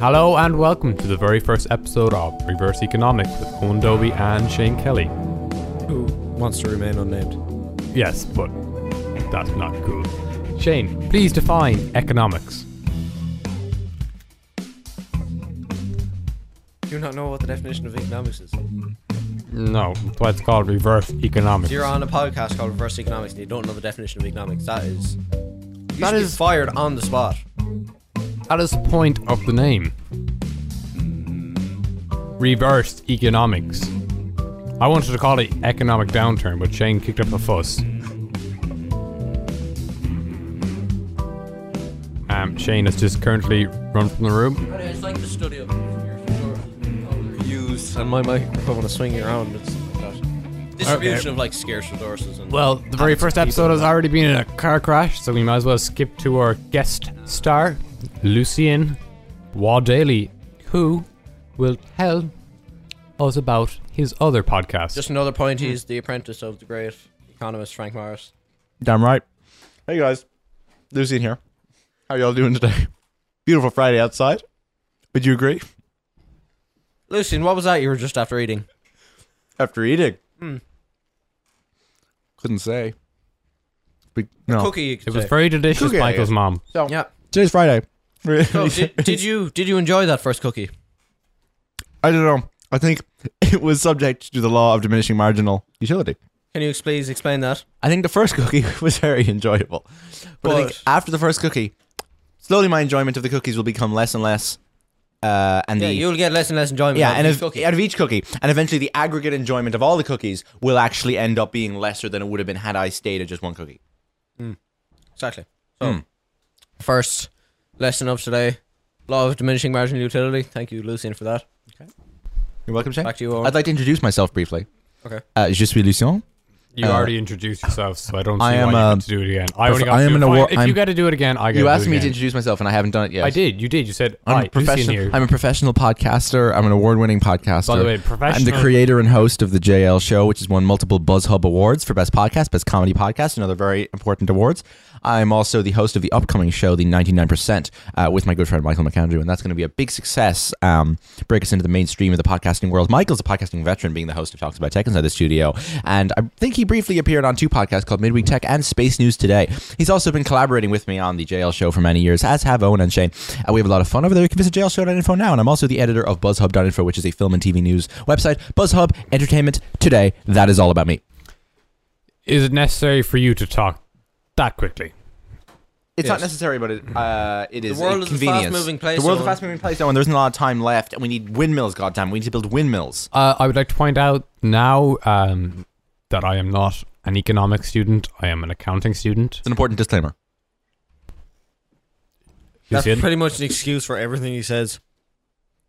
Hello and welcome to the very first episode of Reverse Economics with Owen Dobie and Shane Kelly. Who wants to remain unnamed? Yes, but that's not cool. Shane, please define economics. Do you not know what the definition of economics is? No, that's why it's called reverse economics. You're on a podcast called Reverse Economics and you don't know the definition of economics. That is. You That should be is- fired on the spot. That is the point of the name. Reverse economics. I wanted to call it economic downturn, but Shane kicked up a fuss. Um, Shane has just currently run from the room. It's like the studio. Used and my microphone is swinging around. It's distribution Okay. of like scarce resources. And Well, the very Added first to people episode has that- already been in a car crash, so we might as well skip to our guest star, Lucien Wadaly, who will tell us about his other podcast. Just another point. He's the apprentice of the great economist Frank Morris. Damn right. Hey guys, Lucien here. How y'all doing today? Beautiful Friday outside. Would you agree? Lucian, what was that you were just after eating? After eating. Hmm. Couldn't say. But, no. Cookie. You could it was say. very delicious, Cookie, Michael's yeah. mom. So, Yeah. Today's Friday. So, Oh, did, did you did you enjoy that first cookie? I don't know. I think it was subject to the law of diminishing marginal utility. Can you ex- please explain that? I think the first cookie was very enjoyable. But, I think But- after the first cookie, slowly my enjoyment of the cookies will become less and less. Uh, and Yeah, the you'll get less and less enjoyment. Yeah, out of and each if, cookie. out of each cookie, and eventually the aggregate enjoyment of all the cookies will actually end up being lesser than it would have been had I stayed at just one cookie. Exactly. So, Hmm. first lesson of today law of diminishing marginal utility. Thank you, Lucien, for that. You're welcome, Shane. Back to you, Owen. I'd like to introduce myself briefly. Okay. Uh, je suis Lucien. You Uh, already introduced yourself, so I don't see I am, why you uh, need to do it again. I only prof- got I to am do an it. Fine, award- If you I'm- got to do it again, I got You to asked do it me to again. introduce myself, and I haven't done it yet. I did. You did. You said, I'm "Hi, a Lucien professional. here." I'm a professional podcaster. I'm an award-winning podcaster. By the way, I'm the professional- creator and host of the JL Show, which has won multiple BuzzHub awards for best podcast, best comedy podcast, and other very important awards. I'm also the host of the upcoming show, The 99%, uh, with my good friend Michael McAndrew, and that's going to be a big success. Um, break us into the mainstream of the podcasting world. Michael's a podcasting veteran, being the host of Talks About Tech inside the studio, and I think he briefly appeared on two podcasts called Midweek Tech and Space News Today. He's also been collaborating with me on the JL Show for many years, as have Owen and Shane. Uh, we have a lot of fun over there. You can visit JLShow.info now, and I'm also the editor of BuzzHub.info, which is a film and TV news website. BuzzHub Entertainment Today. That is all about me. Is it necessary for you to talk that quickly? It's Yes. not necessary, but it, uh, it is world a is a convenience. fast-moving place, The world is a Owen. fast-moving place, Owen. There isn't a lot of time left, and we need windmills. Goddamn, we need to build windmills. Uh, I would like to point out now um, that I am not an economics student. I am an accounting student. It's an important disclaimer. That's Lucien? pretty much an excuse for everything he says.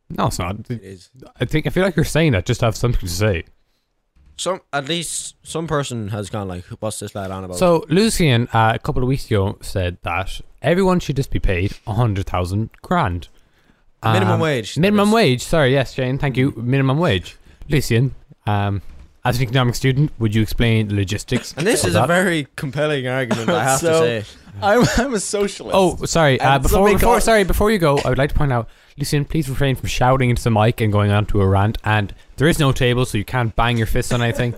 No, it's not. It is. I think I feel like you're saying that just to have something to say. Some, at least some person has gone like, "What's this lad on about?" So Lucien, uh, a couple of weeks ago, said that everyone should just be paid a hundred thousand grand. Um, Minimum wage, that Minimum is. wage. Sorry, yes, Shane. Thank you. Minimum wage. Lucien, um, as an economics student, would you explain the logistics? and this of is a that? very compelling argument. I have So- to say. I'm, I'm a socialist. Oh, sorry. Uh, And so before, we before got- sorry, before you go, I would like to point out, Lucien, please refrain from shouting into the mic and going on to a rant. And there is no table, so you can't bang your fists on anything.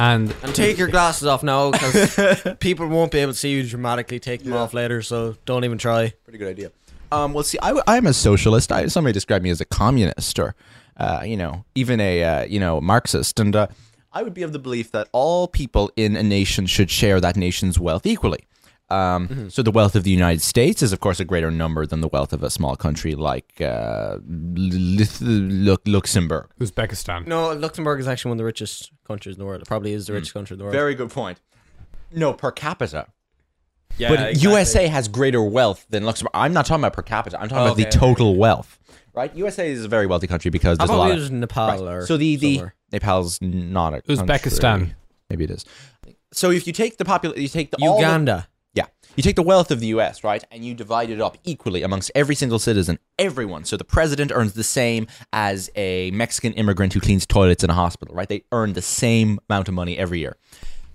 And And take your glasses off now, because people won't be able to see you dramatically take them off later. So don't even try. pretty good idea. Um, well, see, I, am a socialist. I, somebody described me as a communist, or uh, you know, even a uh, you know Marxist, and uh, I would be of the belief that all people in a nation should share that nation's wealth equally. Um, So the wealth of the United States is, of course, a greater number than the wealth of a small country like uh, Lith- Lu- Luxembourg. Uzbekistan. No, Luxembourg is actually one of the richest countries in the world. It probably is the Hmm. richest country in the world. Very good point. No, per capita. yeah, But USA has greater wealth than Luxembourg. I'm not talking about per capita. I'm talking about Okay, the okay, total wealth, right? USA is a very wealthy country because I there's a probably lot it of was Nepal or so the the somewhere. Nepal's not a Uzbekistan. country. Maybe it is. So if you take the popula- you take the all the- Uganda. yeah, you take the wealth of the U.S. right, and you divide it up equally amongst every single citizen, everyone. So the president earns the same as a Mexican immigrant who cleans toilets in a hospital, right? They earn the same amount of money every year.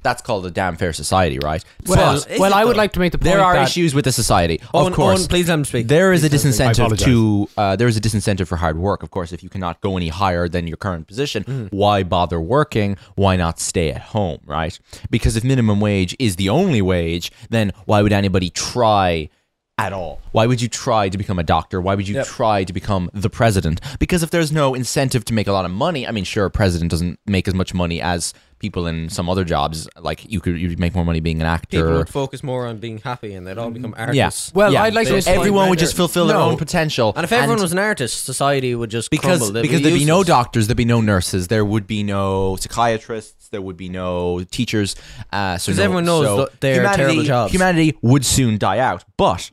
That's called a damn fair society, right? Well, But well, I would like to make the point there are that issues with the society, Owen, of course. Owen, please let him speak. There is a Please let him speak. I disincentive apologize. to uh, there is a disincentive for hard work. Of course, if you cannot go any higher than your current position, Mm. why bother working? Why not stay at home, right? Because if minimum wage is the only wage, then why would anybody try at all? Why would you try to become a doctor? Why would you try to become the president? Because if there's no incentive to make a lot of money, I mean, sure, a president doesn't make as much money as people in some other jobs. Like you could you make more money being an People actor. would focus more on being happy, and they'd all become Yes. artists. Well, I'd like to explain everyone would better. just fulfill their No. own potential. and if everyone was an artist, society would just because crumble. They'd because be there'd be no useless. doctors, there'd be no nurses, there would be no psychiatrists, there would be no teachers. Uh, so 'Cause no- everyone knows so that they are humanity, terrible jobs. Humanity would soon die out, but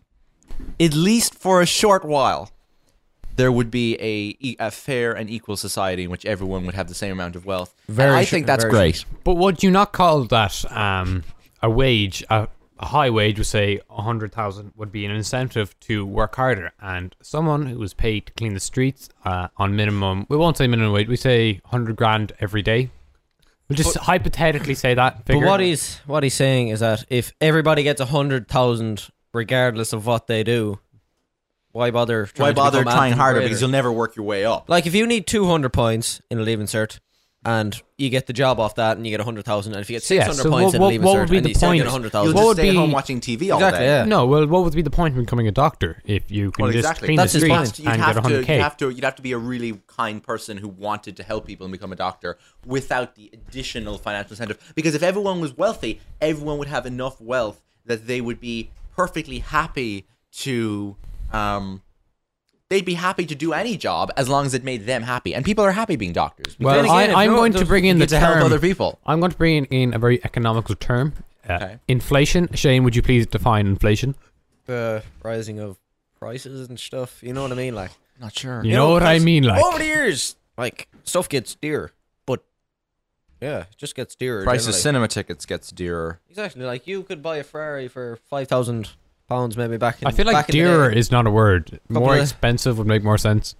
at least for a short while, there would be a e- a fair and equal society in which everyone would have the same amount of wealth. Very And I sh- think that's very great. But would you not call that um, a wage? A, a high wage, would say a hundred thousand, would be an incentive to work harder. And someone who was paid to clean the streets uh, on minimum, we won't say minimum wage, we say hundred grand every day. We'll just hypothetically say that But figure. what he's what he's saying is that if everybody gets a hundred thousand, regardless of what they do, why bother? Trying Why to bother become trying Anthony harder? Brader? Because you'll never work your way up. like if you need two hundred points in a leaving cert, and you get the job off that, and you get a hundred thousand, and if you get So, yeah, six hundred so points what- in a what- leaving what cert, would be and the you still get point? a hundred You'll thousand, What just would stay at be- home watching TV all Exactly, day. yeah. No, well, what would be the point in becoming a doctor if you can Well, just exactly. clean That's the his streets point. You'd and have get to, hundred You'd k? have to, you'd have to be a really kind person who wanted to help people and become a doctor without the additional financial incentive. Because if everyone was wealthy, everyone would have enough wealth that they would be perfectly happy to. Um, They'd be happy to do any job as long as it made them happy, and people are happy being doctors. because Well, Then again, if I, I'm no- going to there's- bring you in the get to help term. other people. I'm going to bring in a very economical term. Uh, Okay. Inflation. Shane, would you please define inflation? the rising of prices and stuff. You know what I mean? Like Not sure. You know, what I because mean? Like over the years, like stuff gets dear, but yeah, it just gets dearer. Price of generally. cinema tickets gets dearer. exactly. Like you could buy a Ferrari for five thousand pounds, maybe back. In, I feel like back in the dearer day. is not a word. More of- expensive would make more sense.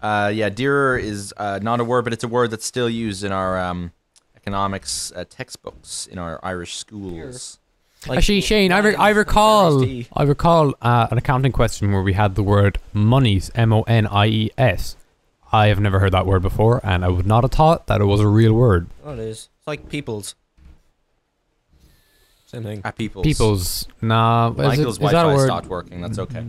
Uh, yeah, dearer is uh, not a word, but it's a word that's still used in our um, economics uh, textbooks in our Irish schools. Like, Actually, Shane, I, re- I wines and recall Ferraris tea. I recall uh, an accounting question where we had the word monies, M O N I E S. I have never heard that word before, and I would not have thought that it was a real word. Oh, it is. It's like peoples. Same thing. At people's. People's nah, is, it, Michael's is that a Wi-Fi word? Mm-hmm. stopped working. That's okay.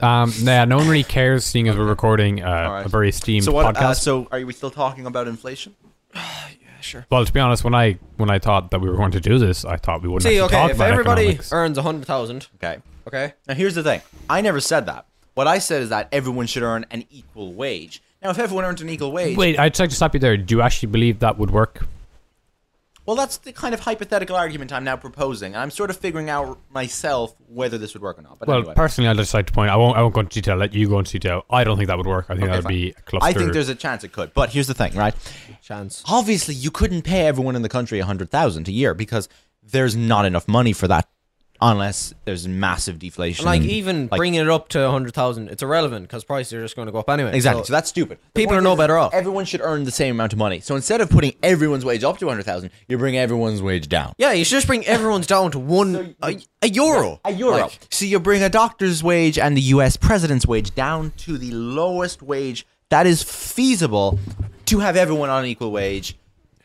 Um, yeah, no one really cares, seeing as we're recording uh, right. a very esteemed So what? podcast. Uh, so are we still talking about inflation? well, to be honest, when I when I thought that we were going to do this, I thought we wouldn't See, actually okay, talk if about everybody economics. earns a hundred thousand, Okay. okay, Now here's the thing. I never said that. What I said is that everyone should earn an equal wage. Now, if everyone earned an equal wage, Wait, I'd just like to stop you there. Do you actually believe that would work? well, that's the kind of hypothetical argument I'm now proposing. I'm sort of figuring out myself whether this would work or not. But Well, anyway. personally, I'd just like to point. I won't. I won't go into detail. Let you go into detail. I don't think that would work. I think that would fine. be a cluster. I think there's a chance it could. But here's the thing, right? chance. obviously you couldn't pay everyone in the country 100000 a year because there's not enough money for that unless there's massive deflation And like even Like- bringing it up to a hundred thousand, it's irrelevant because prices are just going to go up anyway. exactly So so, that's stupid The people point are no is, better off. everyone should earn the same amount of money so instead of putting everyone's wage up to 100000 you bring everyone's wage down yeah, you should just bring everyone's down to one a, a euro. a euro Like, so you bring a doctor's wage and the us president's wage down to the lowest wage that is feasible to have everyone on an equal wage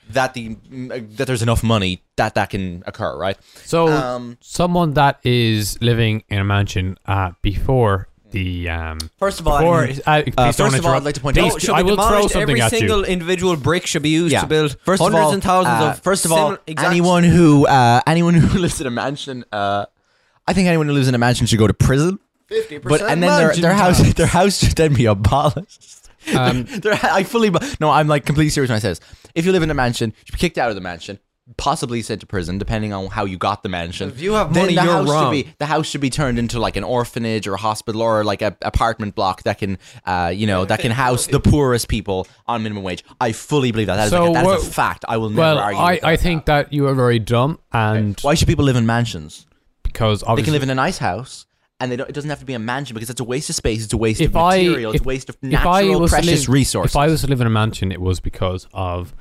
that the mm, that there's enough money that that can occur right so um, someone that is living in a mansion uh, before the um, Hmm. First of all, before, I mean, uh, please first don't of all, interrupt. I'd like to point Please out- Oh, it do- should I be will throw demolished. something every at single you. individual brick should be used to build First hundreds of all, and thousands uh, of first of all, similar- exact- anyone who uh, anyone who lives in a mansion, uh, I think anyone who lives in a mansion should go to prison. 50% But and then their, mansion their house tax. their house should then be abolished. Um, Their- I fully bu- no, I'm like completely serious when I say this. If you live in a mansion, you should be kicked out of the mansion. possibly sent to prison, depending on how you got the mansion. If you have then money, the you're house wrong. Should be, the house should be turned into like an orphanage or a hospital or like a apartment block that can, uh, you know, that can house the poorest people on minimum wage. I fully believe that. That is, So like a, that is what- a fact. I will never Well, argue. I, with that. I think that you are very dumb, and Why should people live in mansions? because They can obviously live in a nice house. And they don't, it doesn't have to be a mansion because it's a waste of space. It's a waste if of I material. if, it's a waste of if I natural, was to precious live, resources. If I was to live in a mansion, it was because of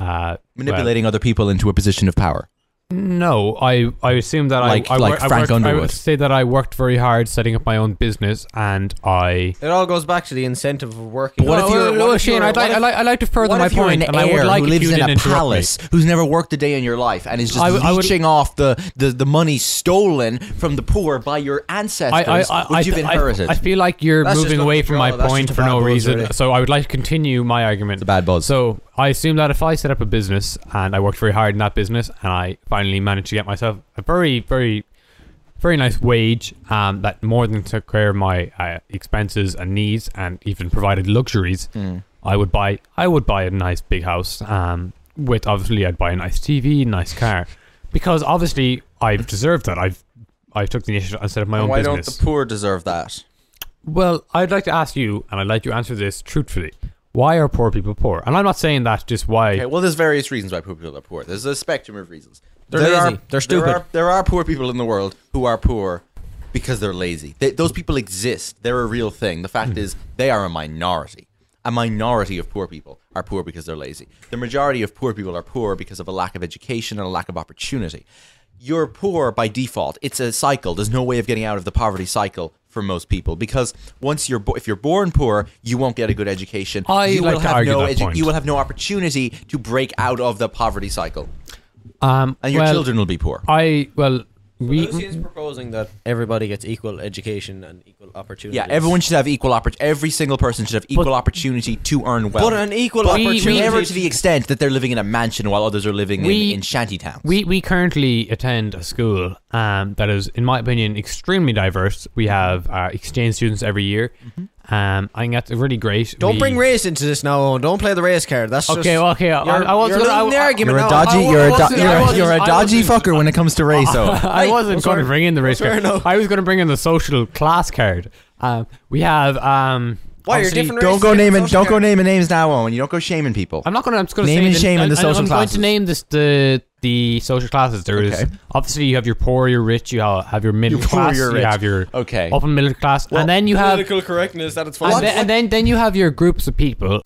uh, manipulating other people into a position of power. well, no, I I assume that Like- I, I like wor- I Frank worked, I Underwood. would say that I worked very hard setting up my own business, and I. It all goes back to the incentive of working. But what if Oh, you're- oh, what oh, if Shane, you're- I'd what like, if- I'd like, I'd like to further What my if you're point, an and I would heir like who if lives you in didn't a interrupt me. palace, who's never worked a day in your life, and is just I would- I would- leeching off the, the, the money stolen from the poor by your I, I, ancestors, I, which you've I- I- inherited? I feel like you're That's moving just away not from true. my That's point just for a bad no buzz, reason. really. So I would like to continue my argument. It's a bad buzz. So I assume that if I set up a business and I worked very hard in that business and I finally managed to get myself a very, very, very nice wage um, that more than took care of my uh, expenses and needs and even provided luxuries, Mm. I would buy. I would buy a nice big house. Um, with obviously, I'd buy a nice TV, nice car, because obviously I've deserved that. I've I took the initiative and set up my own business. poor deserve that? Well, I'd like to ask you, and I'd like you to answer this truthfully. Why are poor people poor? And I'm not saying that just why. Okay, well, there's various reasons why poor people are poor. There's a spectrum of reasons. They're lazy. They're stupid. There are, there are poor people in the world who are poor because they're lazy. They, those people exist. They're a real thing. The Hmm. fact is, they are a minority. A minority of poor people are poor because they're lazy. The majority of poor people are poor because of a lack of education and a lack of opportunity. You're poor by default. It's a cycle. There's no way of getting out of the poverty cycle for most people because once you're bo- if you're born poor, you won't get a good education. I you like will to have argue no that point. you will have no opportunity to break out of the poverty cycle, um, and your well, children will be poor. I well, we Lucian's proposing that everybody gets equal education and equal opportunity. Yeah, everyone should have equal opportunity. Every single person should have equal opportunity to earn wealth. But an equal But opportunity- never to the extent that they're living in a mansion while others are living We- in, in shanty towns. we we currently attend a school um, that is, in my opinion, extremely diverse. We have uh, exchange students every year. Um, I think that's really great. Mm-hmm. Don't We- bring race into this now. Owen. Don't play the race card. That's Okay, Just, well, okay. I, You're- I was you're gonna, losing I, the argument I, now. I wa- wasn't- I wasn't- I wasn't- fucker when it comes to race. though. I wasn't going to bring in the race fair card. enough. I was going to bring in the social class card. Um, we have. Um, Why, you're obviously- different race. Don't go naming- don't go naming names now, Owen. You don't go shaming people. I'm not going to. I'm just going to Name say and the- shame in the I- I- social I'm going classes. to name this the the social classes. There is Okay. obviously you have your poor, your rich, you ha- have your middle You're poor, class, you're you rich. have your Okay. upper middle class, and then you have political correctness. That it's and then, and then then you have your groups of people.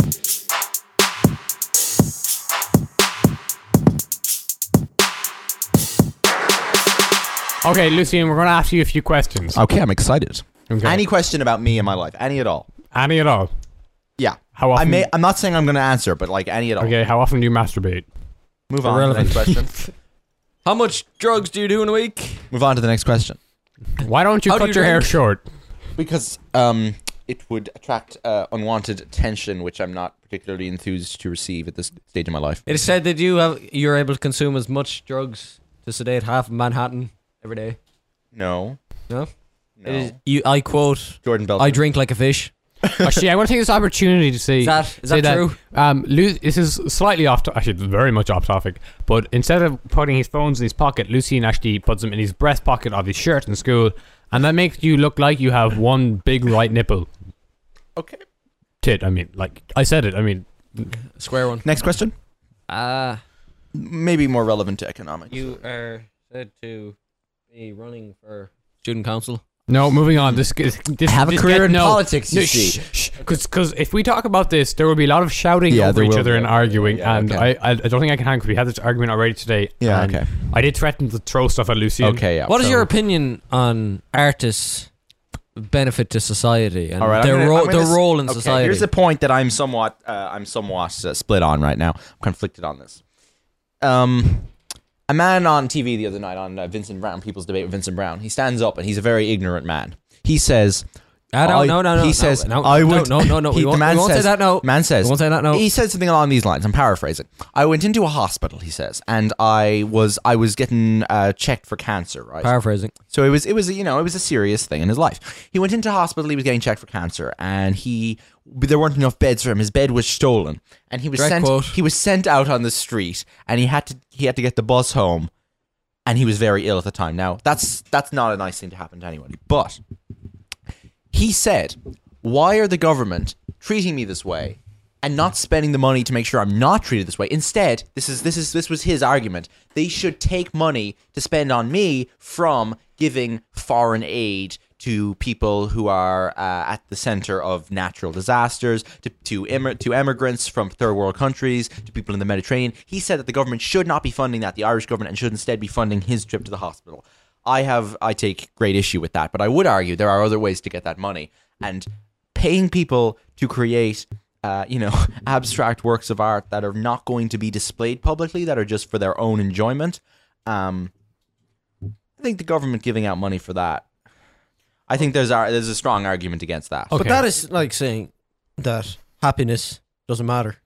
Okay, Lucien, we're going to ask you a few questions. Okay, I'm excited. Okay. Any question about me and my life? Any at all? Any at all? Yeah. How I often- may, I'm not saying I'm going to answer, but like any at all. Okay, how often do you masturbate? Move on to the next question. How much drugs do you do in a week? Move on to the next question. Why don't you How do cut you your hair drink? short? because um, it would attract uh, unwanted attention, which I'm not particularly enthused to receive at this stage of my life. It is said that you have you're able to consume as much drugs to sedate half of Manhattan every day. No, No, no. It is, you. I quote. Jordan Belfort. I drink like a fish. Actually, I want to take this opportunity to say Is that is say that, true? Um, Lu- this is slightly off. To- actually, very much off topic. But instead of putting his phones in his pocket, Lucien actually puts them in his breast pocket of his shirt in school, and that makes you look like you have one big right nipple okay. tit. I mean, like I said it. I mean, Square one. Next question. Ah, Maybe more relevant to economics. you are said to be running for student council. no. Moving on. This, this this- Have a this career get- in no. politics, you No, see. because if we talk about this, there will be a lot of shouting Yeah, over there each will other be. and arguing, Yeah, and okay. I, I I don't think I can hang because we had this argument already today. Yeah, and okay. I did threaten to throw stuff at Lucien. Okay. Yeah. What is so- your opinion on artists' benefit to society and All right, I'm their, gonna- ro- I'm gonna their s- role in okay, society? Here's the point that I'm somewhat uh, I'm somewhat uh, split on right now. I'm conflicted on this. Um, a man on TV the other night on uh, Vincent Brown, People's Debate with Vincent Brown, he stands up and he's a very ignorant man. He says, I don't, I- no, no, no. He no, says, no, I no, would. No, no, no. He, we won't, the man we won't says, say that. No. Man says. We won't say that. No. He said something along these lines. I'm paraphrasing. I went into a hospital. He says, and I was I was getting uh, checked for cancer. Right. Paraphrasing. So it was it was you know it was a serious thing in his life. He went into hospital. He was getting checked for cancer, and he there weren't enough beds for him. His bed was stolen, and he was Direct sent quote. he was sent out on the street, and he had to he had to get the bus home, and he was very ill at the time. Now that's that's not a nice thing to happen to anybody, but he said, "Why are the government treating me this way?" And not spending the money to make sure I'm not treated this way. Instead, this is this is this was his argument. They should take money to spend on me from giving foreign aid to people who are uh, at the center of natural disasters, to to, em- to immigrants from third world countries, to people in the Mediterranean. He said that the government should not be funding that. The Irish government and should instead be funding his trip to the hospital. I have I take great issue with that, but I would argue there are other ways to get that money and paying people to create uh, you know abstract works of art that are not going to be displayed publicly that are just for their own enjoyment. Um, I think the government giving out money for that. I think there's ar there's a strong argument against that. Okay. But that is like saying that happiness doesn't matter.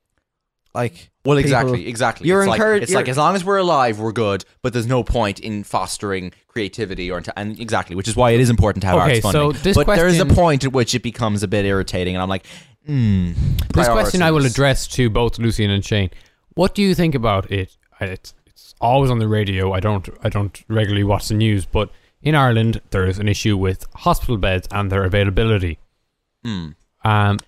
Like Well, people- exactly, exactly. You're it's like, encourag- It's you're- like as long as we're alive, we're good. But there's no point in fostering creativity or into, and exactly, which is why it is important to have Okay, arts so funding. this but there is a question- point at which it becomes a bit irritating, and I'm like, hmm. This question I will priorities. address to both Lucian and Shane. What do you think about it? I- It's, it's always on the radio. I don't I don't regularly watch the news, but in Ireland there is an issue with hospital beds and their availability. Um,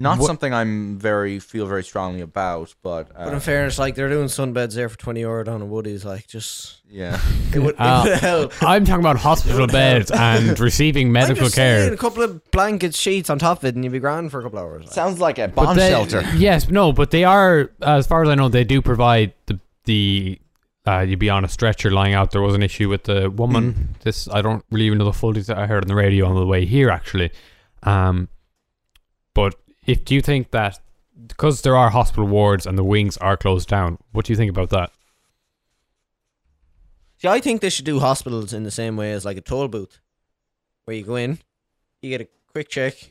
Not What- something I'm very feel very strongly about, but, uh, But in fairness, like they're doing sunbeds there for twenty euro down in Woody's, like just yeah, it would, Uh, it would help. I'm talking about hospital beds and receiving I'm medical just care. saying, a couple of blankets, sheets on top of it, and you'd be grand for a couple hours. Like. sounds like a But bomb they- shelter. Yes, no, but they are, as far as I know, they do provide the the. Uh, you'd be on a stretcher lying out. There was an issue with the woman. Mm. This I don't really even know the full detail. I heard on the radio on the way here actually. Um, but if do you think that because there are hospital wards and the wings are closed down, what do you think about that? See, I think they should do hospitals in the same way as like a toll booth, where you go in, you get a quick check,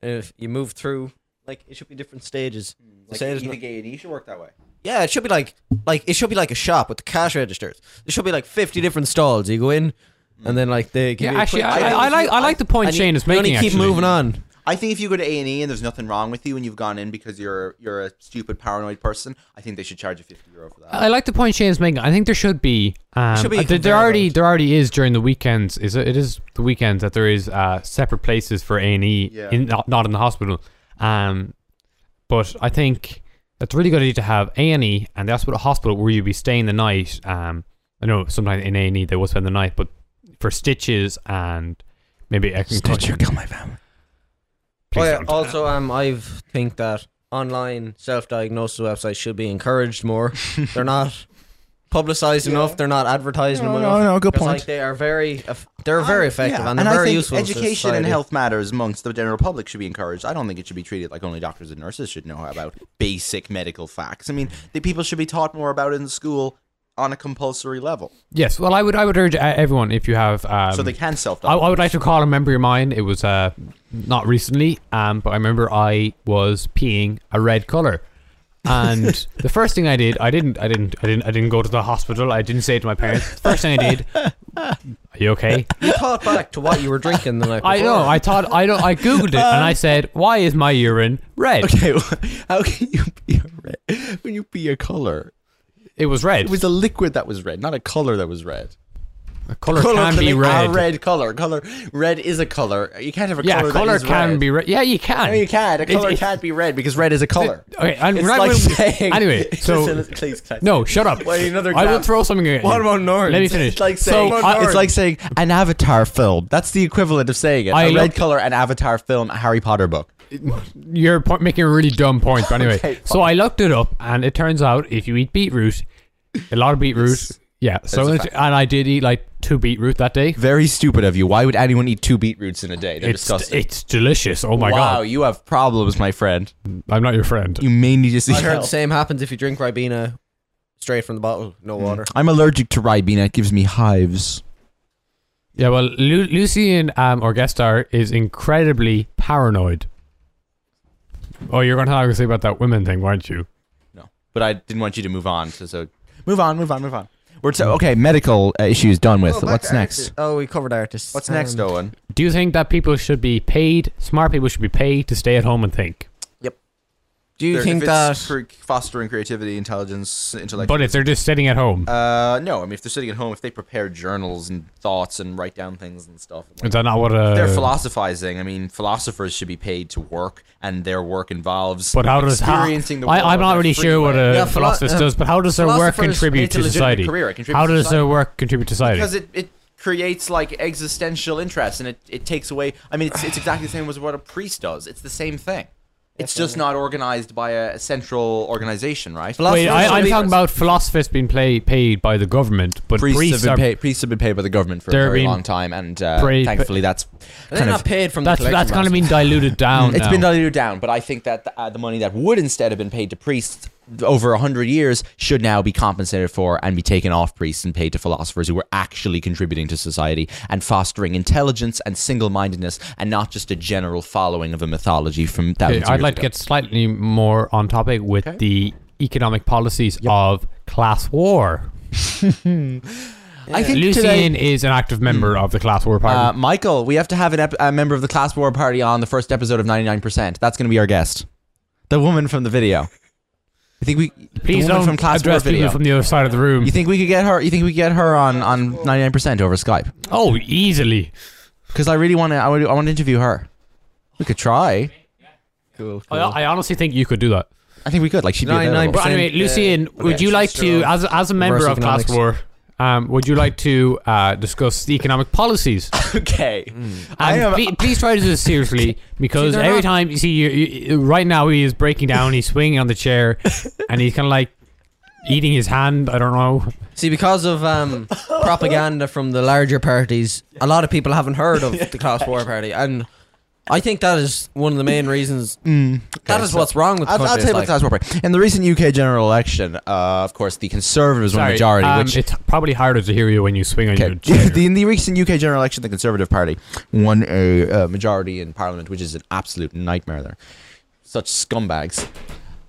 and if you move through, like it should be different stages. Say there's no- gay and E should work that way. Yeah, it should be like like it should be like a shop with the cash registers. There should be like fifty different stalls. You go in, and then like they give Yeah, you a actually, quick I, check. I, I like I like the point And you- Shane is you only making. keep actually. moving on. I think if you go to A and E and there's nothing wrong with you and you've gone in because you're you're a stupid paranoid person, I think they should charge you fifty euro for that. I like the point Shane's making. I think there should be. Um, Should be uh, there, there comparable. already there already is during the weekends. Is it, it is the weekends that there is uh, separate places for A and E Yeah. in not, not in the hospital. Um, but I think that's a really good idea to have A and E, and that's what a hospital where you be staying the night. Um, I know sometimes in A and E they will spend the night, but for stitches and maybe I can kill my family. Oh, Please Well, don't. also, um, I think that online self-diagnosis websites should be encouraged more. they're not publicized enough. They're not advertised No, enough. no, no, good 'cause, point. Um, Like they are very, eff- they're very Yeah, effective and they're I very think useful. to Education and society. health matters amongst the general public should be encouraged. I don't think it should be treated like only doctors and nurses should know about basic medical facts. I mean, the people should be taught more about it in school on a compulsory level, yes. Well, I would I would urge uh, everyone if you have um, so they can self. I, I would like to call a memory of mine. It was uh, not recently, um, but I remember I was peeing a red color, and the first thing I did, I didn't, I didn't, I didn't, I didn't go to the hospital. I didn't say it to my parents. The first thing I did, are you okay? You thought back to what you were drinking the night before. I know. I thought I don't. I googled it and I said, "Why is my urine red?" Um, Okay, how can you be a red when you be a color? It was red. It was a liquid that was red, not a color that was red. a color, Color can be a red. red color. Color red is a color. You can't have a Yeah, color. color, that is can red. be red. Yeah, you can. No, you can't. A It- color it- can't be red because red is a color. Okay, and It's right like when- saying- anyway, so please, please. no, shut up. Wait, another I will grab. throw something at you. What about Norns? Let me finish. It's like so saying I- it's like saying an Avatar film. That's the equivalent of saying it. A I red looked- color, an Avatar film, a Harry Potter book. you're po- making a really dumb point. But anyway, Okay, so I looked it up, and it turns out if you eat beetroot, a lot of beetroot, yeah. So a it, fact. and I did eat like two beetroot that day. Very stupid of you. Why would anyone eat two beetroots in a day? They're It's disgusting. it's delicious. Oh my wow, god, you have problems, my friend. I'm not your friend. You mainly just eat. I heard the same happens if you drink Ribena Mm-hmm. straight from the bottle, no water. I'm allergic to ribena. It gives me hives. Yeah, well, Lu- Lucian um, our guest star is incredibly paranoid. Oh, you're going to have to say about that women thing, weren't you? No, but I didn't want you to move on. So, so move on, move on, move on. We're so okay. Medical uh, issues done with. Oh, back What's to next? artists. Oh, we covered artists. What's next, Um, Owen? Do you think that people should be paid, smart people should be paid to stay at home and think? Do you There- think if it's that? cr- fostering creativity, intelligence, intellect? But if they're just sitting at home, uh, no. I mean, if they're sitting at home, if they prepare journals and thoughts and write down things and stuff, is that not what uh, a. they're philosophizing. I mean, philosophers should be paid to work, and their work involves but how does how, experiencing the world. I, I'm not in a really free sure what way. a Yeah, philo- philosopher uh, does, but how does their work philosophers- contribute it's a to legitimate society? career. It contributes How to does society. their work contribute to society? because it, it creates like existential interest and it, it takes away i mean it's, it's exactly the same as what a priest does it's the same thing it's just not organized by a, a central organization right Wait, philosophers I, I'm should be- talking about philosophers being play, paid by the government, but priests, priests, have are been paid, priests have been paid by the government for a They're very being long time and uh, paid- thankfully that's They're kind not of paid from That's the that's going kind to of been diluted down. Mm. It's now. been diluted down, but I think that the, uh, the money that would instead have been paid to priests over a hundred years should now be compensated for and be taken off priests and paid to philosophers who were actually contributing to society and fostering intelligence and single-mindedness and not just a general following of a mythology from Okay, thousands. of I'd years like to ago. get slightly more on topic with Okay. the economic policies of class war. I think today, Lucien is an active member of the class war uh, party. Michael, we have to have an ep- a member of the class war party on the first episode of 99%. That's going to be our guest, the woman from the video. I think we the Please woman don't from class war address people video. from the other side of the room. You think we could get her? You think we could get her on on ninety nine percent over Skype? oh, easily. Because I really want to. I, would- I want to interview her. We could try. Cool, I, Oh, I honestly think you could do that. I think we could. Like she'd be available. 99%. But anyway, Send, uh, Lucien, would okay, you like to, sister as as a member reverse of class economics. war, um, would you like to uh, discuss the economic policies? okay. I And am. ple- please try to do this seriously because they're every not- time you see you, you, right now he is breaking down, he's swinging on the chair, and he's kind of like eating his hand. I don't know. See, because of um, propaganda from the larger parties, a lot of people haven't heard of the class war party, and I think that is one of the main reasons. that is so what's wrong with the Mm. I'll, I'll country. tell you about the It's like, class war party. In the recent UK general election, uh, of course, the Conservatives won a Sorry, majority, um, which it's probably harder to hear you when you swing on your Okay. chair. the, in the recent UK general election, the Conservative Party won a, uh majority in Parliament, which is an absolute nightmare. There, such scumbags.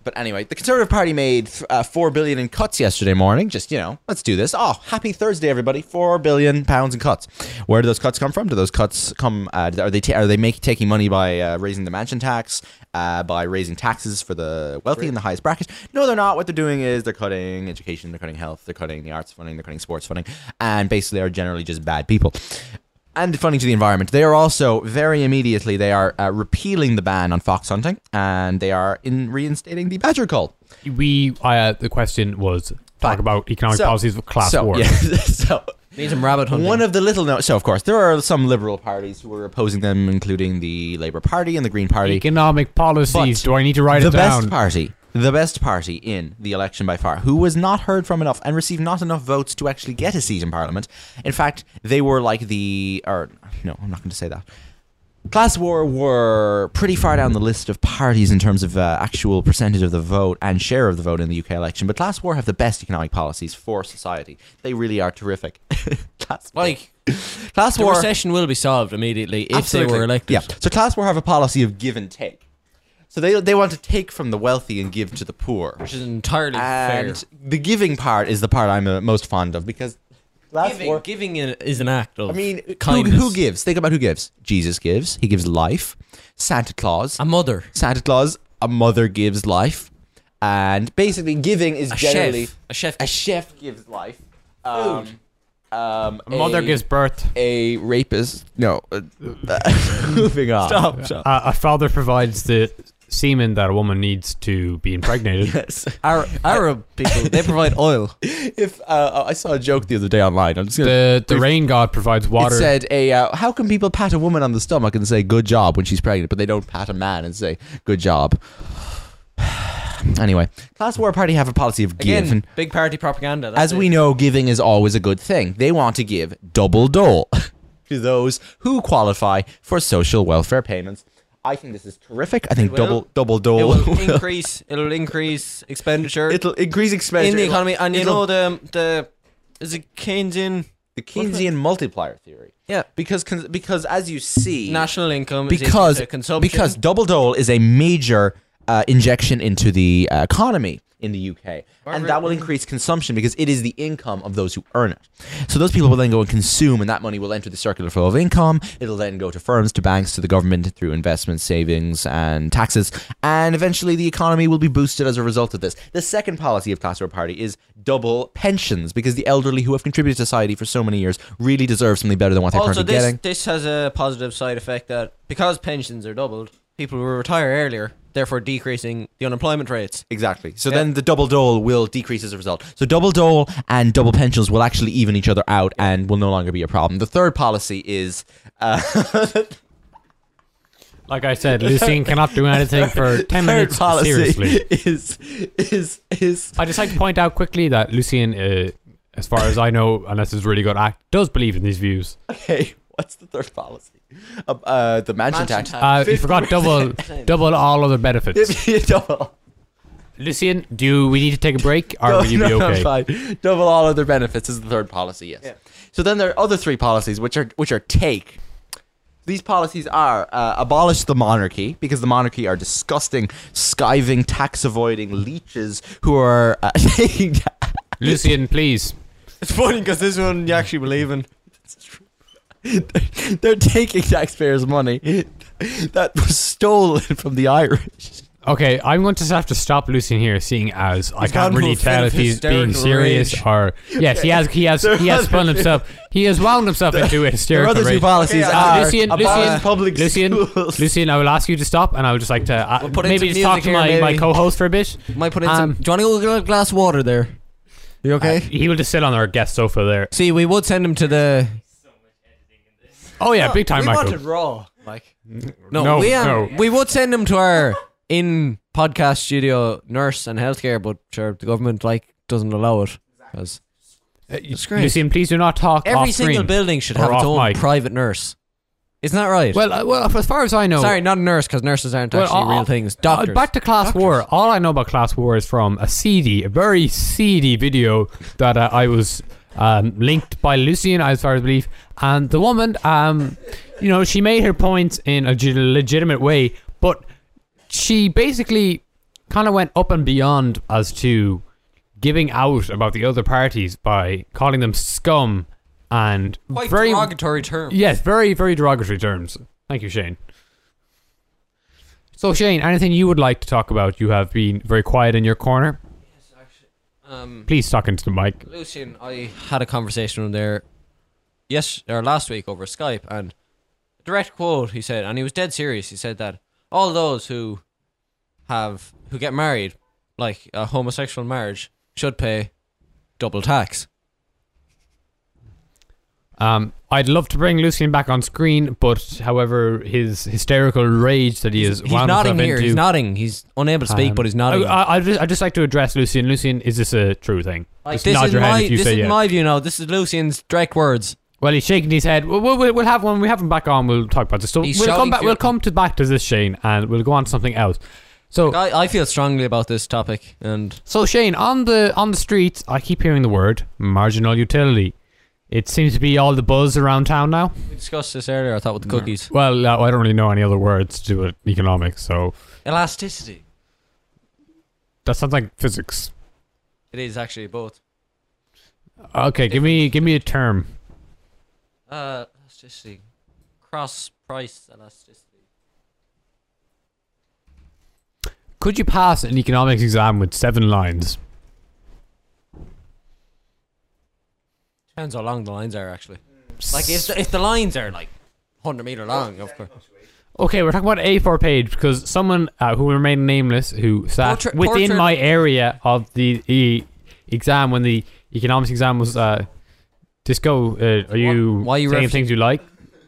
But anyway, the Conservative Party made uh, four billion in cuts yesterday morning. Just you know, let's do this. Oh, happy Thursday, everybody! Four billion pounds in cuts. Where do those cuts come from? Do those cuts come? Uh, are they ta- are they make, taking money by uh, raising the mansion tax, uh, by raising taxes for the wealthy in the highest bracket? No, they're not. What they're doing is they're cutting education, they're cutting health, they're cutting the arts funding, they're cutting sports funding, and basically are generally just bad people and funding to the environment. They are also very immediately they are uh, repealing the ban on fox hunting, and they are in reinstating the badger call. We uh, the question was talk Fine. about economic So- policies of class so, war. yeah, so need some rabbit hunting. one of the little no- so of course there are some liberal parties who are opposing them, including the Labour Party and the Green Party. Economic policies. But do I need to write the it down? best party the best party in the election by far who was not heard from enough and received not enough votes to actually get a seat in parliament in fact they were like the or no i'm not going to say that class war were pretty far down the list of parties in terms of uh, actual percentage of the vote and share of the vote in the uk election but class war have the best economic policies for society they really are terrific class, like class the war recession will be solved immediately if Absolutely. they were elected. Yeah. So class war have a policy of give and take. So they they want to take from the wealthy and give to the poor. which is entirely and the giving part is the part I'm uh, most fond of because fair. class Giving, war. giving in- is an act of. I mean, who, kindness. who gives? Think about who gives. Jesus gives. He gives life. Santa Claus. a mother, Santa Claus. A mother gives life. And basically, giving is a generally chef, a chef. a chef gives life. Um, um, A mother a- gives birth. a rapist. No, uh, moving on. Stop, stop. Uh, a father provides the semen that a woman needs to be impregnated. Yes. Arab, Arab people they provide oil. if uh, I saw a joke the other day online, I'm just gonna. The the rain god provides it water. said a uh, how can people pat a woman on the stomach and say good job when she's pregnant, but they don't pat a man and say good job. anyway, class war party have a policy of give. Again, uh, and big party propaganda. that's as we it. know, giving is always a good thing. They want to give double dole to those who qualify for social welfare payments. I think this is terrific. I think will. double double it dole. will increase. It'll increase expenditure. It'll increase expenditure in the economy, and you it'll- know the the is it Keynesian the Keynesian multiplier theory. Yeah. Because con- because as you see, National income is equal because to consumption. because double dole is a major uh, injection into the uh, economy in the UK, and that will increase consumption because it is the income of those who earn it. So those people will then go and consume, and that money will enter the circular flow of income. It'll then go to firms, to banks, to the government through investments, savings, and taxes, and eventually the economy will be boosted as a result of this. The second policy of Castro Party is double pensions because the elderly who have contributed to society for so many years really deserve something better than what they're also currently Oh, this getting. this has a positive side effect that because pensions are doubled, people will retire earlier, therefore decreasing the unemployment rates. Exactly. So then the double dole will decrease as a result. So double dole and double pensions will actually even each other out and will no longer be a problem. The third policy is uh, Like I said, Lucine cannot do anything for ten third minutes. policy Seriously, is is is I just like to point out quickly that Lucien, uh, as far as I know, unless it's a really good act, does believe in these views. okay. What's the third policy? Uh, uh, the mansion, Mansion tax. tax. Uh, you forgot double, double all other benefits. Give me a double. Lucien, do we need to take a break, or will you be no, okay? fine. Double all other benefits is the third policy. Yes. So then there are other three policies which are which are take. These policies are uh, abolish the monarchy because the monarchy are disgusting, skiving, tax avoiding leeches who are uh, taking. Lucien, please. It's funny because this one you actually believe in. They're taking taxpayers' money that was stolen from the Irish. Okay, I'm going to have to stop Lucien here, seeing as I He's can't gone really full tell fit if of he's being hysterical serious rage. or yes, he has he has he has spun himself. He has wound himself into a Their hysterical other two rage. policies Okay, are uh, Lucien, abolish Lucien, public Lucien, schools. Lucien, I will ask you to stop, and I would just like to uh, We'll put in maybe some just talk to music here, my, my maybe. co-host for a bit. Might put in Um, some. Do you want to go get a glass of water there? You okay? Uh, he will just sit on our guest sofa there. See, we would send him to the. Oh yeah, big time, we Michael. wanted raw, Mike. No, No, we um, no. we would send him to our in podcast studio nurse and healthcare, but sure the government like doesn't allow it. 'cause Uh, you- That's great. Lucien, please do not talk every off single screen. building should Or have its off own mic. private nurse. Isn't that right? well, uh, well, as far as I know, sorry, not a nurse because nurses aren't Well, actually I'll- real I'll- things. Uh, Doctors. back to class war. All I know about class war is from a seedy, a very seedy video that uh, I was um, linked by Lucien, as far as I believe. And the woman, um, you know, she made her points in a ge- legitimate way, but she basically kind of went up and beyond as to giving out about the other parties by calling them scum and very derogatory term. yes, very very derogatory terms. Thank you, Shane. So Shane, anything you would like to talk about? You have been very quiet in your corner. Um, Please talk into the mic. Lucian, I had a conversation with him there yes or last week over Skype and a direct quote he said and he was dead serious he said that all those who have who get married like a homosexual marriage should pay double tax Um, I'd love to bring Lucien back on screen, but however, his hysterical rage that he is he's wound nodding himself here into. he's nodding he's unable to speak um, but he's nodding I, I, I'd just, I'd just like to address Lucien. Lucien, is this a true thing? Like, just this nod is your my, head if you this say is yes. my view now this is Lucian's direct words Well, he's shaking his head. We'll, we'll, we'll have one. We have him back on. We'll talk about this. So He's we'll come shouting back. through We'll it. come to back to this, Shane, and we'll go on to something else. So I, I feel strongly about this topic and So Shane, on the on the streets, I keep hearing the word marginal utility. It seems to be all the buzz around town now. we discussed this earlier I thought with the cookies Well, uh, I don't really know any other words to do with economics, so elasticity that sounds like physics. it is actually both Okay, give me give me a term. Uh, elasticity. Cross price elasticity. Could you pass an economics exam with seven lines? Depends how long the lines are, actually. Like, if the, if the lines are like 100 meter long, of course. Okay, we're talking about A4 page because someone uh, who remained nameless who sat Portrait- within portrait- my area of the, the exam when the economics exam was uh, disco. Uh, are you Why- why you saying referencing- things you like?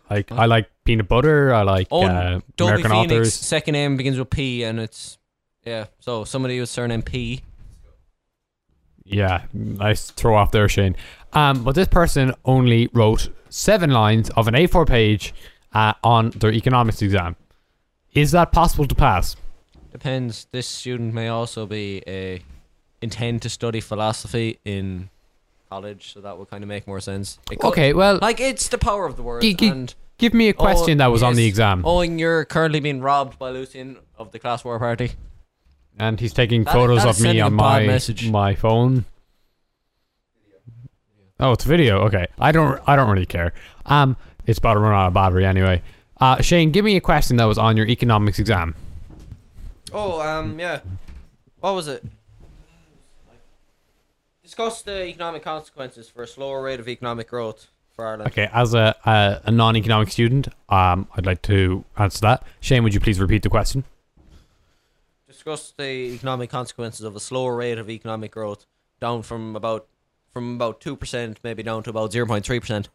Like I like peanut butter. I like Oh, uh, Dolby American Phoenix, authors. second name begins with P, and it's. Yeah, so somebody with surname P. Yeah, nice throw off there, Shane. Um, but this person only wrote seven lines of an A4 page uh, on their economics exam. Is that possible to pass? Depends. uh, This student may also be a intend to study philosophy in college, so that would kind of make more sense. It could- Okay, well, like it's the power of the words. gi- gi- and give me a question that was on the Oh, yes. exam, Oh, and you're currently being robbed by Lucian of the class war party. and he's taking That- photos that of is me sending a on bad my message. my phone. Oh, it's video. Okay, I don't I don't really care. Um, it's about to run out of battery anyway. Uh, Shane, give me a question that was on your economics exam. Oh, um, yeah. What was it? Discuss the economic consequences for a slower rate of economic growth for Ireland. Okay, as a a, a non-economic student, um, I'd like to answer that. Shane, would you please repeat the question? Discuss the economic consequences of a slower rate of economic growth, down from about from about two percent, maybe down to about zero point three percent.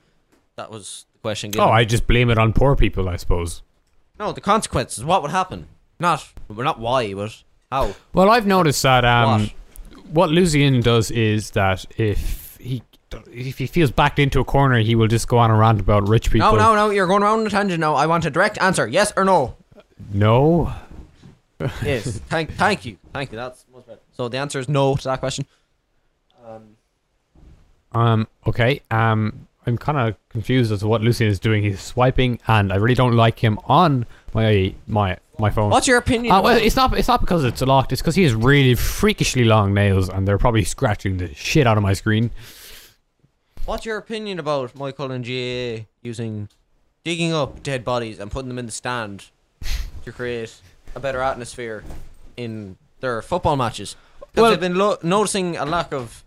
That was the question. Given. Oh, I just blame it on poor people, I suppose. no the consequences. What would happen? Not well, not why, but how. Well, I've noticed that um, What? what Lucian does is that if he if he feels backed into a corner, he will just go on a rant about rich people. No, no, no! You're going around in a tangent now. I want a direct answer: yes or no. No? Yes. thank, thank you, thank you. That's much better. So the answer is no to that question. Um. Okay. Um. I'm kind of confused as to what Lucian is doing. He's swiping, and I really don't like him on my my my phone. What's your opinion? Uh, of well, it? it's not. It's not because it's locked. It's because he has really freakishly long nails, and they're probably scratching the shit out of my screen. What's your opinion about Michael and GA using digging up dead bodies and putting them in the stand to create a better atmosphere in their football matches? Because Well- they've been lo- noticing a lack of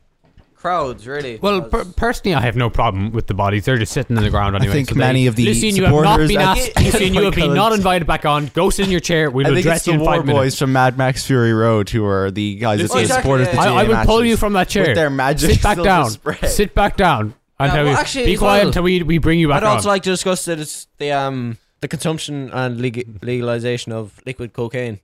crowds, really. Well, per- because- personally, I have no problem with the bodies. They're just sitting in the ground anyway. think so many they- of the Lucien, you have not supporters been at- asked. Lucien, you have been not invited back on. Go sit in your chair. We'll I think address it's you the in War five minutes. Boys from Mad Max Fury Road who are the guys that Oh, exactly, supporters yeah, the yeah. I, GA I would pull matches you from that chair. With their magic Sit back still down. to spread. Sit back down. And Yeah, tell well, you, actually, be as quiet well- until we, we bring you back I'd on. also like to discuss that it's the um the consumption and leg- legalization of liquid cocaine.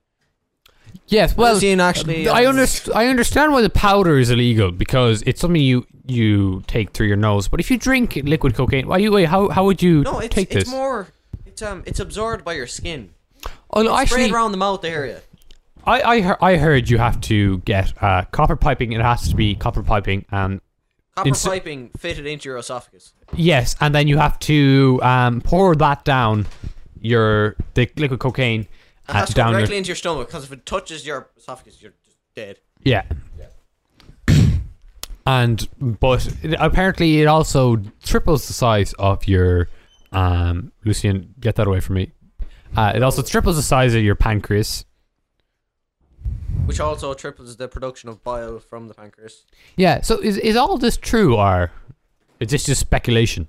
yes, well, Lucien actually, I, um, underst- I understand why the powder is illegal because it's something you you take through your nose. But if you drink liquid cocaine, why you wait, how how would you No, it's take it's this? more it's um it's absorbed by your skin. oh, no, Sprayed actually, around the mouth area. I I, hear- I heard you have to get uh, copper piping. It has to be copper piping, um, and Copper Inse- piping fitted into your esophagus. yes, and then you have to um, pour that down your the liquid cocaine And uh, that's down going your directly into your stomach because if it touches your esophagus, you're just dead. Yeah. And but it, apparently it also triples the size of your um Lucian get that away from me. Uh, it also triples the size of your pancreas. Which also triples the production of bile from the pancreas. Yeah, so is is all this true or is this just speculation?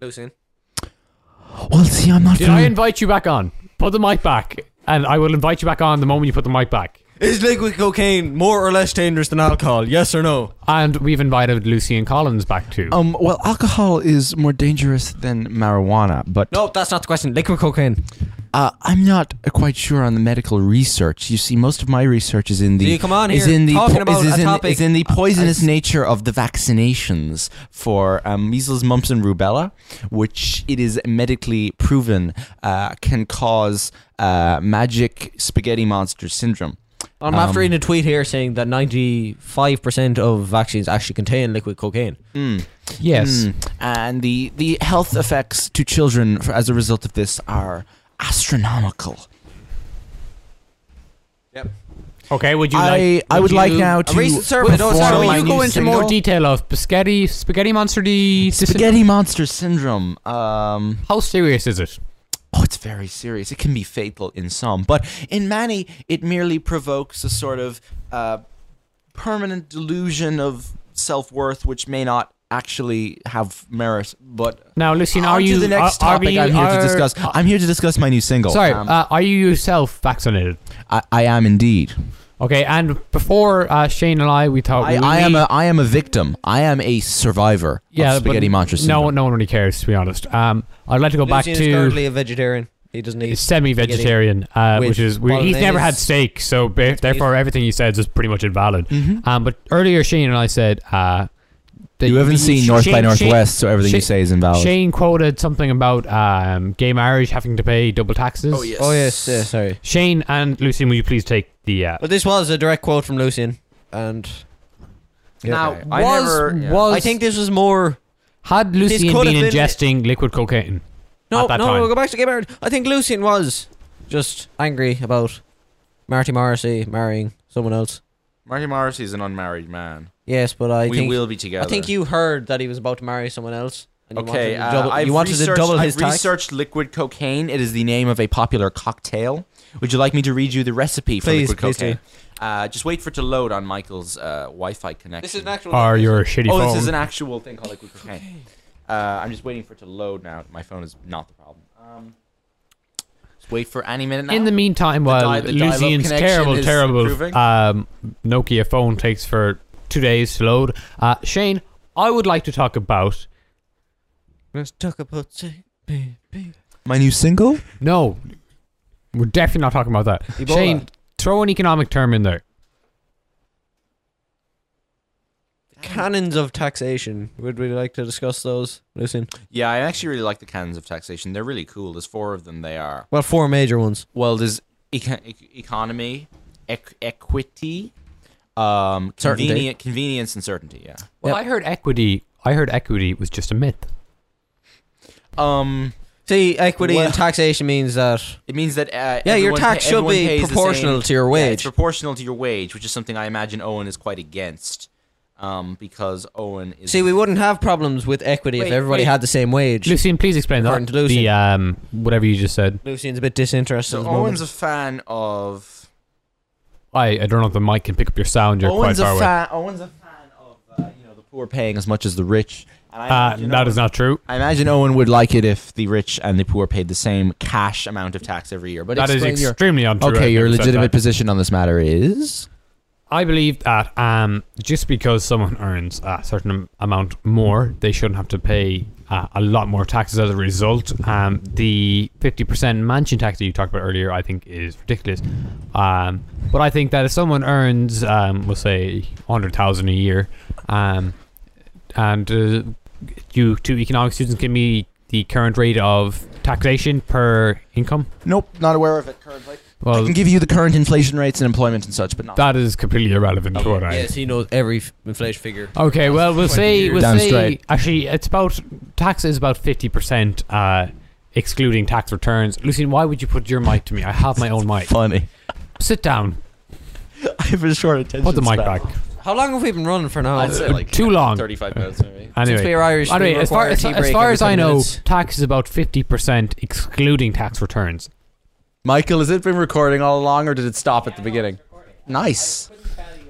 Leucine. Well, see, I'm not. Did I invite you back on? Put the mic back and I will invite you back on the moment you put the mic back. Is liquid cocaine more or less dangerous than alcohol? Yes or no? And we've invited Lucian Collins back too. um, well, alcohol is more dangerous than marijuana, but No, that's not the question. Liquid cocaine. uh, I'm not quite sure on the medical research. You see, most of my research is in the Do you come on is here in the talking po- about is, a is in, topic- Uh, is in the poisonous nature of the vaccinations for um, measles, mumps, and rubella, which it is medically proven uh, can cause uh, magic spaghetti monster syndrome. I'm after Um, reading a tweet here saying that 95% of vaccines actually contain liquid cocaine. yes. Mm. And the the health effects to children for, as a result of this are astronomical. Yep. Okay, would you I like I would like you- now to recent survey- no, perform sorry, Sorry, my will you new go into single. more detail of spaghetti, spaghetti monster? D, Spaghetti monster syndrome. Um, How serious is it? oh, it's very serious. It can be fatal in some, but in many, it merely provokes a sort of uh, permanent delusion of self worth, which may not actually have merit. But Now, Lucien, are on to you the next are, are topic? we- I'm here are- to discuss. I'm here to discuss my new single. Sorry, Um, uh, are you yourself vaccinated? I, I am indeed. Okay, and before uh, Shane and I, we thought I, we, I am a I am a victim. I am a survivor yeah, of spaghetti but monster syndrome. No, no one really cares to be honest. Um, I'd like to go back Leucine is currently to a vegetarian. He doesn't eat. semi-vegetarian, uh, with which is we, he's bolognese. never had steak, so ba- therefore everything he says is pretty much invalid. Um, but earlier Shane and I said uh, that Mm-hmm. you haven't seen North by Shane- Shane- Northwest, so everything you Shane- say is invalid. Shane quoted something about um, gay marriage having to pay double taxes. Oh, yes, yeah, sorry. Shane and Lucian, will you please take the? Uh, But this was a direct quote from Lucian. And Now, Okay. I was never- yeah. was I think this was more. had Lucien could been have been- ingesting liquid cocaine? No, at that no, time. we'll go back to Gibbard. I think Lucian was just angry about Marty Morrissey marrying someone else. Marty Morris is an unmarried man. Yes, but I we think will be together. I think you heard that he was about to marry someone else. And you Okay, wanted to uh, double, I've you wanted to researched- double his I've tax. researched liquid cocaine. It is the name of a popular cocktail. Would you like me to read you the recipe for Please, liquid please cocaine? Uh, just wait for it to load on Michael's uh, Wi-Fi connection. actual. Or your shitty Oh, phone? this is an actual thing called liquid cocaine. Uh, I'm just waiting for it to load now. My phone is not the problem. Um, just wait for any minute now. In the meantime, while dial- the dial-up Lucien's connection terrible, is improving. terrible um, Nokia phone takes for two days to load, uh, Shane, I would like to talk about Let's talk about sex, baby. my new single. no. We're definitely not talking about that. Ebola. Shane, throw an economic term in there. Canons of taxation. Would we like to discuss those, Lucian? Yeah, I actually really like the canons of taxation. They're really cool. There's four of them. They are Well, four major ones. well. There's e-, econ- ec- economy, ec- equity, um, Certainty. conveni- convenience, and certainty. Yeah. Well, Yep. I heard equity. I heard equity was just a myth. Um, See, equity Well- and taxation means that it means that uh, Yeah, your everyone tax pa- should everyone be pays the proportional same- to your Yeah, wage. it's proportional to your wage, which is something I imagine Owen is quite against, um, because Owen is See, we wouldn't have problems with equity if Wait, everybody wait. had the same wage. Lucien, please explain According that. to Lucien. The um, whatever you just said. Lucian's a bit disinterested. So at the moment. Owen's a fan of. I, I don't know if the mic can pick up your sound. You're Owen's quite far a away. fan. Owen's a fan of uh, you know the poor paying as much as the rich. And I Uh, imagine that Owen- is not true. I imagine Owen would like it if the rich and the poor paid the same cash amount of tax every year. But That is explain your- extremely untrue. okay. I've Your never said legitimate that. position on this matter is I believe that um, just because someone earns a certain am- amount more, they shouldn't have to pay uh, a lot more taxes as a result. Um, the 50% mansion tax that you talked about earlier, I think, is ridiculous. Um, but I think that if someone earns, um, we'll say, 100000 a year, um, and uh, you two economic students give me the current rate of taxation per income, nope, not aware of it currently. I well, can give you the current inflation rates and employment and such, but not. that is completely irrelevant to what I yes, he knows every f- inflation figure. Okay, well, we'll say we'll Down say straight. actually it's about tax is about fifty percent, uh, excluding tax returns. Lucien, why would you put your mic to me? I have my own mic. funny. Sit down. I have a short attention. Put the mic back. How long have we been running for now? I'd say like Uh, Too long. Uh, Thirty-five minutes maybe. Since we Anyway, were Irish, we anyway, as far require as, a tea as break far every as I 10 know, minutes. tax is about fifty percent excluding tax returns. Michael, has it been recording all along, or did it stop at the beginning? Nice.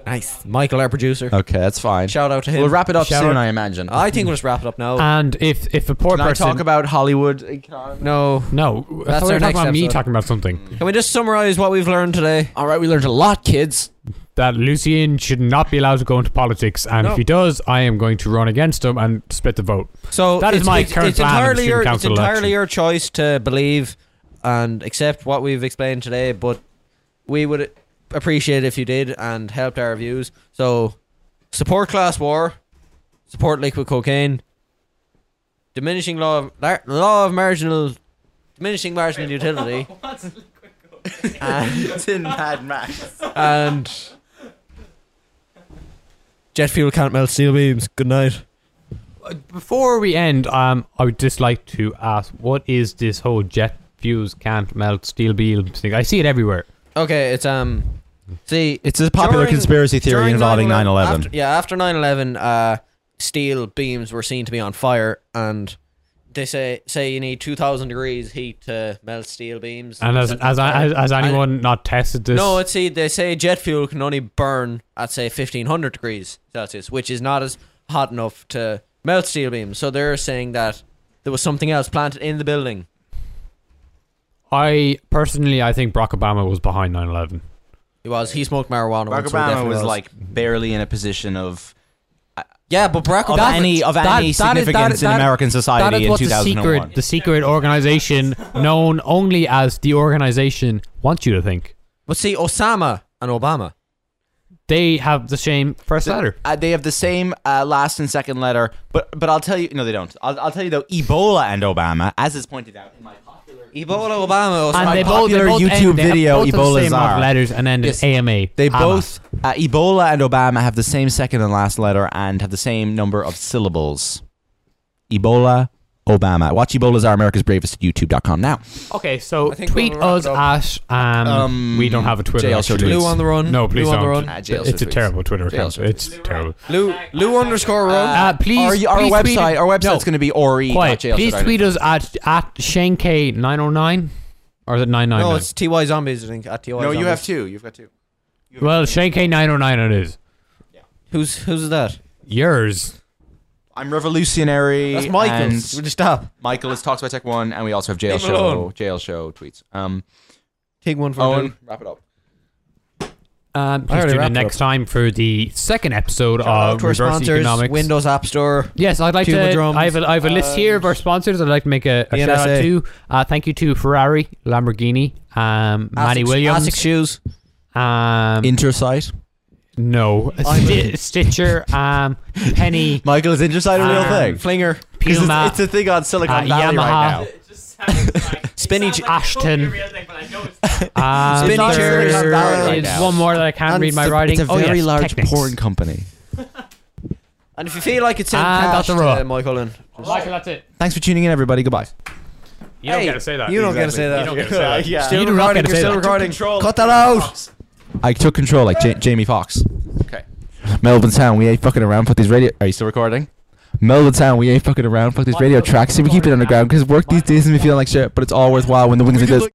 nice. Michael, our producer. Okay, that's fine. Uh, Shout out to him. We'll wrap it up Shout soon, out- Uh, I imagine. I think we'll just wrap it up now. And if if a poor Can I person talk about Hollywood economy? no, no, I thought That's we our were talking next about me episode. talking about something can we just summarize what we've learned today? All right, we learned a lot, kids. that Lucien should not be allowed to go into politics, and No. if he does, I am going to run against him and split the vote. So That is it's- my it's, current it's plan of the entirely student your, It's council entirely election. your choice to believe and accept what we've explained today, but we would appreciate if you did and helped our views. So support class war, support liquid cocaine, diminishing law of lar- law of marginal, diminishing marginal utility, it's in Mad Max. and jet fuel can't melt steel beams. Good night. Before we end, um, I would just like to ask, what is this whole jet fuels can't melt steel beams thing? I see it everywhere. Okay, it's um, see, It's a popular During- conspiracy During 9/11 after- yeah, after 9/11, uh, steel beams were seen to be on fire, and they say say you need 2,000 degrees heat to melt steel beams. And as Set them as, on I, fire. as as anyone not tested this, no, it's see they say jet fuel can only burn at say 1,500 degrees Celsius, which is not as hot enough to melt steel beams. So they're saying that there was something else planted in the building. I personally, I think Barack Obama was behind 9/11. It was he smoked marijuana. Barack once, so it Obama definitely was like barely in a position of yeah, but Barack of Obama. any of that- any that is- that- significance in that- American That society is in what the 2001. secret, the secret organization known only as the organization wants you to think. But see, Osama and Obama. They have the same first letter. Uh, they have the same uh, last and second letter, but but I'll tell you, no, they don't. I'll, I'll tell you though, Ebola and Obama, as is pointed out in my popular e- Ebola Obama. was And my they pop- both, they popular both YouTube end, they video, both have the Ebola same amount of czar. letters and ended Yes. AMA. They AMA. both, uh, Ebola and Obama, have the same second and last letter and have the same number of syllables. Ebola, Obama. Watch Ebola's Are America's Bravest at YouTube.com now. Okay, so I think tweet we'll wrap us it up. at um, Um, we don't have a Twitter. JL Show actually. tweets. Lou on the run. No, please Lou on the don't. run. Ah, JL It's a Show tweets. terrible Twitter JL account. Show It's terrible. Lou Lou underscore run. Uh, please, our, our please tweet- website, our website's No. going to be ori. Quiet. Please tweet us at at Shank nine oh nine, or is it nine nine no, nine? it's ty zombies. I think at ty. No, you have two. You've got two. Well, Shank nine oh nine it is. Who's who's that? Yours. I'm revolutionary. That's Michael's. and Would you stop? Michael is talks by Tech One, and we also have JL Leave it Show. alone. JL Show tweets. Um, Take one from Lou. Owen, wrap it up. Um, I please already tune in wrapped it next time for the second episode Shout out of to uh, our Reverse sponsors, Economics. Windows App Store. Yes, I'd like Puma to. drums. I have a, I have a list here of our sponsors. I'd like to make a, a The shout out NSA. to. Uh, thank you to Ferrari, Lamborghini, um, Manny Asics- Williams, Asics shoes. um, Intersite. no I'm- Sti- Stitcher, um, Penny, Michael, is Intersite a real Um, thing? Flinger. 'Cause Puma, it's, it's a thing on Silicon uh, Valley Yamaha. right now. Spinny J- Ashton. It's Um, been on there Silicon Valley right is now. one more that I can't And read my it's a- writing. It's a Oh, very yes, large Technics. porn company. And if you feel like it's in Ah, cash, Dr. Raw. uh, Michael, and Michael, that's it. Thanks for tuning in, everybody. Goodbye. You don't Hey, get to say that. You You don't don't get get to to say that. say that. yeah. You do not get to You're say still that. recording. Control. Cut that out. I took control like Ja- Jamie Foxx. Okay. Melbourne Town, we ain't fucking around. Fuck these radio. Are you still recording? Melbourne Town, we ain't fucking around. Fuck these radio tracks. See, we keep it underground because work these days and we feel like shit, but it's all worthwhile when the wings are this.